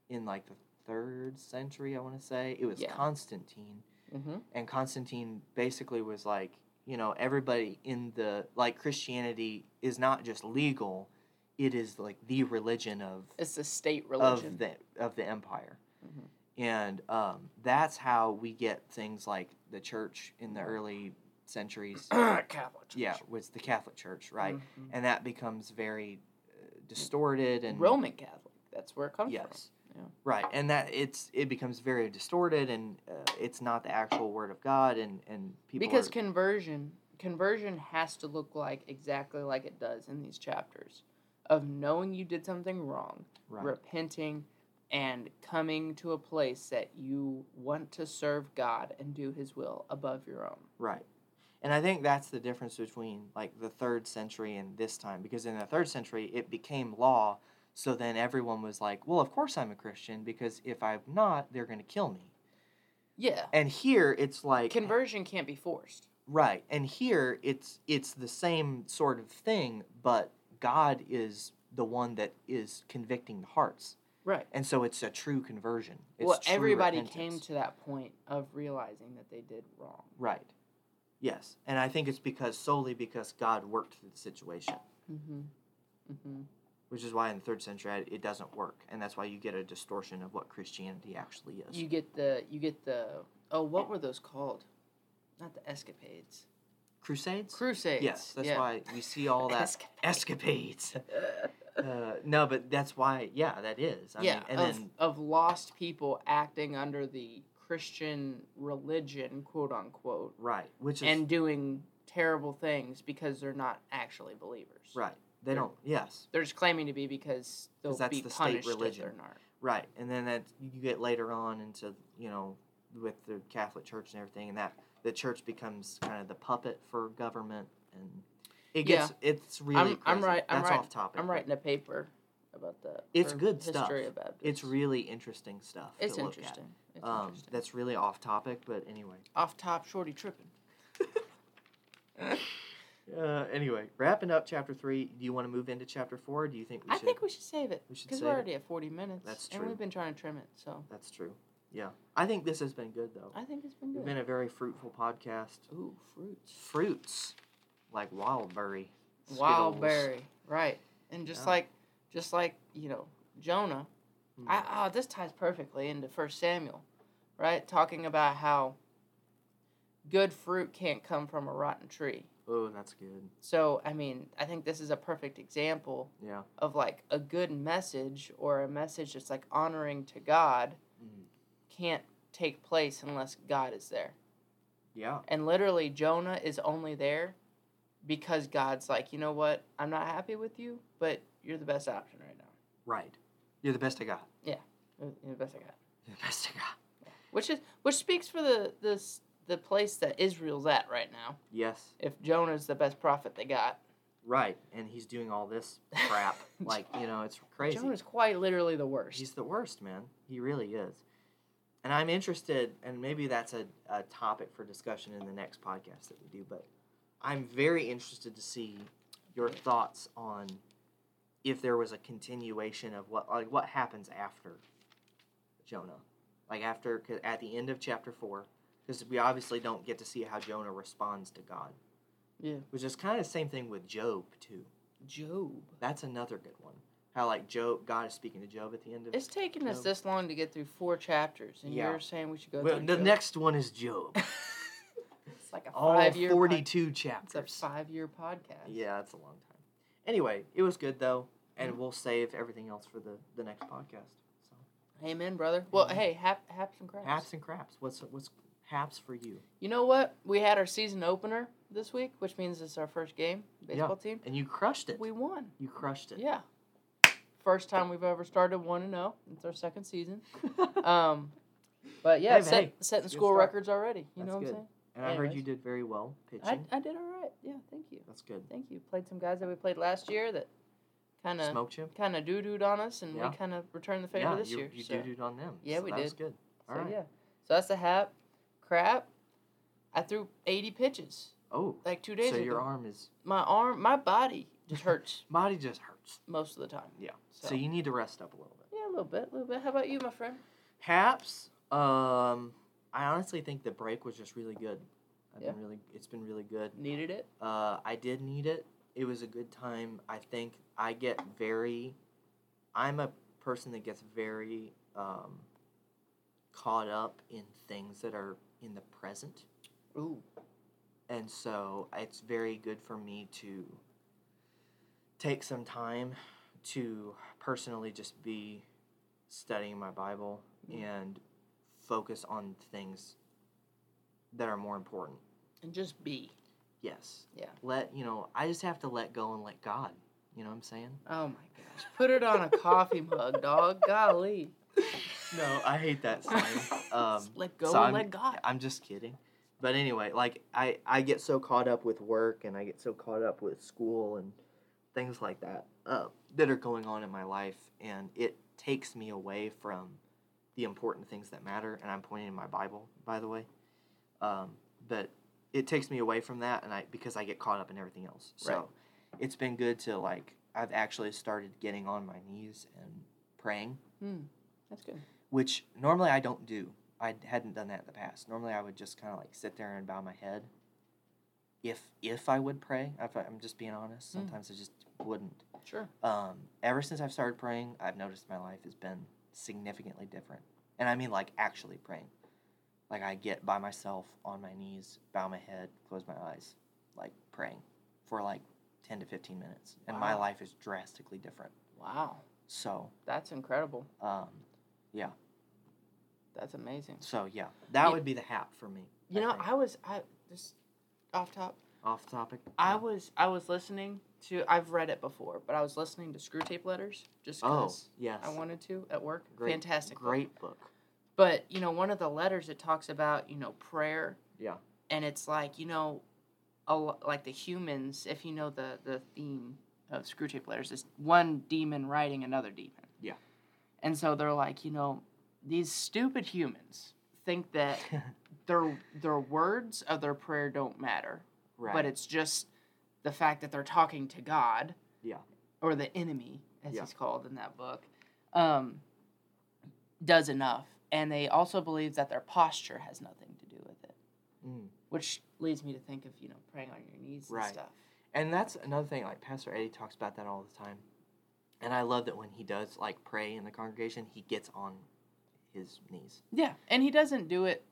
A: in like the third century, I want to say it was
B: Yeah.
A: Constantine
B: Mhm.
A: and Constantine basically was like, you know, everybody in the like Christianity is not just legal, it is like the religion of
B: It's a state
A: of
B: religion.
A: the of the empire.
B: Mhm.
A: And um, that's how we get things like the church in
B: Mm-hmm.
A: the early centuries.
B: Catholic Church.
A: yeah, was the Catholic Church, right?
B: Mhm.
A: And that becomes very uh, distorted and
B: Roman Catholic. That's where it comes from.
A: Yes.
B: Yeah.
A: Right, and that it's it becomes very distorted, and uh, it's not the actual word of God, and and people
B: because
A: are-
B: conversion conversion has to look like exactly like it does in these chapters of knowing you did something wrong,
A: right.
B: repenting and coming to a place that you want to serve God and do his will above your own.
A: Right. And I think that's the difference between like the third century and this time, because in the third century it became law. So then everyone was like, well, of course I'm a Christian, because if I'm not, they're going to kill me.
B: Yeah.
A: And here it's like,
B: Conversion can't be forced.
A: right. And here it's it's the same sort of thing, but God is the one that is convicting the hearts.
B: Right.
A: And so it's a true conversion. It's
B: well,
A: true
B: everybody came
A: repentance.
B: to that point of realizing that they did wrong.
A: Right. Yes. And I think it's because solely because God worked through the situation. Mm-hmm.
B: Mhm. Mhm.
A: which is why in the third century I- it doesn't work, and that's why you get a distortion of what Christianity actually is.
B: You get the you get the oh, what were those called? Not the escapades.
A: Crusades.
B: Crusades.
A: Yes, that's
B: yeah.
A: why we see all that escapades. Uh, no, but that's why. Yeah, that is. I
B: yeah,
A: Mean, and
B: of,
A: then
B: of lost people acting under the Christian religion, quote unquote,
A: right, which is
B: and doing terrible things because they're not actually believers.
A: right. They don't. Yes.
B: They're just claiming to be because they'll
A: 'Cause that's
B: be
A: the state
B: punished
A: religion.
B: if they're not.
A: Right, and then that you get later on into you know with the Catholic Church and everything, and that the church becomes kind of the puppet for government, and it gets it's really
B: I'm, I'm
A: crazy.
B: right. I'm
A: That's
B: right,
A: off topic.
B: I'm
A: but
B: writing a paper about that.
A: It's
B: for
A: good
B: history
A: stuff.
B: of Baptists.
A: It's really interesting stuff. to
B: it's
A: look at.
B: interesting. It's
A: Um,
B: interesting.
A: that's really off topic, but anyway.
B: Off top, shorty tripping.
A: Uh, anyway, wrapping up chapter three. Do you want to move into chapter four? or do you think we
B: I
A: should?
B: think we should save it
A: we should
B: because
A: save
B: we're
A: it.
B: already at 40 minutes.
A: That's
B: And
A: true.
B: we've been trying to trim it, so
A: That's true. Yeah, I think this has been good though.
B: I think it's been
A: It's
B: good.
A: been a very fruitful podcast.
B: Ooh, fruits.
A: Fruits, like wildberry.
B: Wild
A: Skittles.
B: berry, right? And just
A: Yeah.
B: like, just like you know, Jonah.
A: Mm.
B: I, oh, this ties perfectly into First Samuel, right? Talking about how good fruit can't come from a rotten tree.
A: Oh, that's good.
B: So, I mean, I think this is a perfect example
A: Yeah.
B: of like a good message or a message that's like honoring to God
A: Mm.
B: can't take place unless God is there.
A: Yeah.
B: And literally, Jonah is only there because God's like, you know what? I'm not happy with you, but you're the best option right now. Uh,
A: Right. You're the best I got.
B: You're the best I got.
A: You're the best I got.
B: which is which speaks for the this the place that Israel's at right now.
A: Yes.
B: If Jonah's the best prophet they got,
A: Right. And he's doing all this crap. like you know, it's crazy.
B: Jonah's quite literally the worst.
A: He's the worst, man. He really is. And I'm interested, and maybe that's a, a topic for discussion in the next podcast that we do, but I'm very interested to see your thoughts on if there was a continuation of what like what happens after Jonah. Like after 'cause at the end of chapter 4 because we obviously don't get to see how Jonah responds to God.
B: Yeah.
A: Which is kind of the same thing with Job too.
B: Job.
A: That's another good one. How like Job God is speaking to Job at the end of
B: It's taken us
A: Job.
B: this long to get through four chapters, and
A: Yeah.
B: you're saying we should go
A: Well,
B: through
A: the
B: Job.
A: next one is Job.
B: It's like a
A: All
B: five year. Pod-
A: 42
B: it's a
A: chapters.
B: five year podcast.
A: yeah, that's a long time. Anyway, it was good though,
B: Mm.
A: and we'll save everything else for the, the next podcast. So,
B: Amen, brother. Well,
A: Amen.
B: hey, hap, haps and craps.
A: haps and craps. What's what's haps for you?
B: You know what? We had our season opener this week, which means it's our first game. Baseball team.
A: And you crushed it.
B: We won.
A: you crushed it.
B: Yeah. First time we've ever started 1 and 0. It's our second season. Um, but yeah,
A: Hey, man,
B: set,
A: hey,
B: setting
A: it's a good
B: school
A: start.
B: records already. You
A: That's
B: know what
A: good. and I heard you did very well pitching.
B: I'm saying? I, I did all right. Yeah, thank you.
A: that's good.
B: Thank you. Played some guys that we played last year that kind of
A: Smoked you.
B: kind of doo dooed on us, and
A: Yeah.
B: we kind of returned the favor
A: Yeah,
B: this
A: you,
B: year.
A: you
B: so
A: did it on them.
B: Yeah,
A: so
B: we
A: that was
B: did.
A: good.
B: so,
A: All right.
B: yeah. So that's the hap. Crap. I threw 80 pitches
A: Oh,
B: like two days
A: so
B: ago.
A: your arm is
B: my arm, my body just hurts
A: body just hurts.
B: most of the time.
A: Yeah.
B: So,
A: so you need to rest up a little bit.
B: yeah, a little bit, a little bit. How about you, my friend?
A: Haps. Um, I honestly think the break was just really good. I've been
B: Yeah.
A: really, it's been really good.
B: Needed it.
A: Uh, I did need it. It was a good time. I think I get very. I'm a person that gets very um, caught up in things that are in the present,
B: Ooh.
A: and so it's very good for me to take some time to personally just be studying my Bible
B: Mm.
A: and focus on things that are more important.
B: and just be.
A: Yes.
B: Yeah.
A: Let you know, I just have to let go and let God. You know what I'm saying?
B: Oh my gosh. Put it on a coffee mug, dog. Golly.
A: No, I hate that sign. Um,
B: let go
A: so
B: and
A: I'm-
B: let God.
A: I'm just kidding. But anyway, like I, I get so caught up with work and I get so caught up with school and things like that uh, that are going on in my life, and it takes me away from the important things that matter. And I'm pointing to my Bible, by the way. Um, but it takes me away from that, and I because I get caught up in everything else. So
B: Right.
A: it's been good to like I've actually started getting on my knees and praying
B: Hmm. That's good.
A: which normally I don't do. I hadn't done that in the past. Normally I would just kind of like sit there and bow my head. If if I would pray, if I, I'm just being honest,
B: Mm.
A: sometimes I just wouldn't.
B: Sure.
A: Um, ever since I've started praying, I've noticed my life has been significantly different, and I mean like actually praying. Like I get by myself on my knees, bow my head, close my eyes, like praying for like ten to fifteen minutes, and my
B: Wow.
A: life is drastically different.
B: Wow.
A: So,
B: That's incredible.
A: um, yeah.
B: That's amazing.
A: So yeah, that
B: Yeah.
A: would be the hat for me.
B: You know,
A: think.
B: I was I just off top.
A: off topic.
B: I
A: yeah.
B: was I was listening to I've read it before, but I was listening to Screw Tape Letters just
A: Oh
B: because
A: yes,
B: I wanted to at work.
A: Great-
B: Fantastic. book.
A: great book.
B: But you know, one of the letters it talks about you know prayer
A: Yeah.
B: and it's like you know, a, lo- like the humans. If you know the the theme of Screwtape Letters, is one demon riding another demon.
A: Yeah.
B: And so they're like, you know, these stupid humans think that their their words of their prayer don't matter,
A: right.
B: but it's just the fact that they're talking to God.
A: Yeah.
B: Or the enemy, as
A: Yeah.
B: he's called in that book, um, does enough. And they also believe that their posture has nothing to do with it,
A: Mm.
B: which leads me to think of you know praying on your knees
A: Right.
B: and stuff.
A: And that's another thing. Like Pastor Eddie talks about that all the time, and I love that when he does like pray in the congregation, he gets on his knees.
B: Yeah, and he doesn't do it,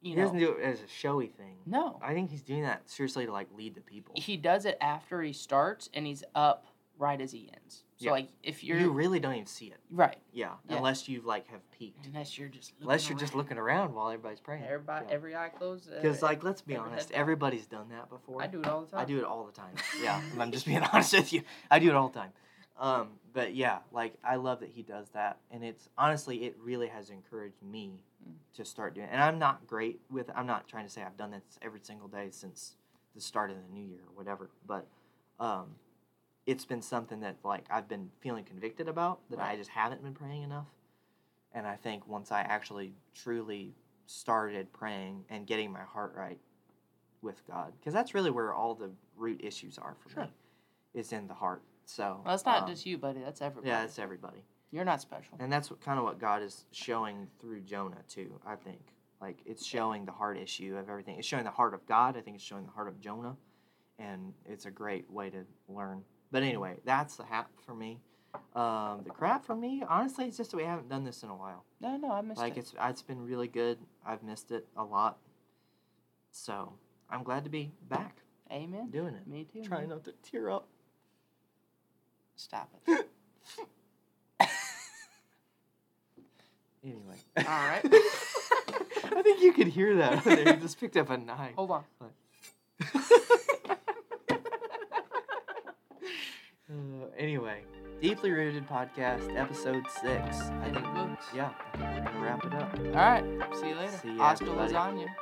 B: you
A: he
B: know.
A: doesn't do it as a showy thing.
B: no,
A: I think he's doing that seriously to like lead the people.
B: he does it after he starts, and he's up right as he ends. So
A: Yeah.
B: like if you're
A: you really don't even see it.
B: right,
A: Yeah,
B: Yeah.
A: unless you've like have peeked.
B: unless you're just looking
A: Unless you're just
B: around.
A: looking around while everybody's praying.
B: Everybody, every eye closed.
A: Because like, let's be
B: every head
A: honest,
B: bowed.
A: everybody's done that before.
B: I do it all the time.
A: I do it all the time. Yeah, and I'm just being honest with you. I do it all the time. Um, but yeah, like I love that he does that, and it's honestly, it really has encouraged me
B: Mm.
A: to start doing. It. And I'm not great with. I'm not trying to say I've done this every single day since the start of the new year or whatever, but um, it's been something that like I've been feeling convicted about that I
B: Right.
A: just haven't been praying enough, and I think once I actually truly started praying and getting my heart right with God, because that's really where all the root issues are for
B: Sure.
A: me, is in the heart. So
B: Well, it's not
A: um,
B: just you, buddy. That's everybody.
A: yeah, it's everybody,
B: You're not special.
A: and that's kind of what God is showing through Jonah too. I think like it's showing the heart issue of everything. It's showing the heart of God. I think it's showing the heart of Jonah, and it's a great way to learn. But anyway, that's the hat for me. Um, the crap for me, honestly, it's just that we haven't done this in a while.
B: No, no, I missed
A: Like
B: it.
A: it's it's been really good. I've missed it a lot, so I'm glad to be back
B: Amen.
A: doing it.
B: Me too.
A: Trying
B: man.
A: not to tear up.
B: Stop it.
A: Anyway.
B: All right.
A: I think you could hear that. over there. You just picked up a knife.
B: Hold on.
A: Uh, anyway, Deeply Rooted Podcast, episode six. I
B: In the
A: think,
B: books.
A: yeah, I think we're going to wrap it up.
B: All right. See you later.
A: See ya,
B: Hasta
A: everybody.
B: lasagna.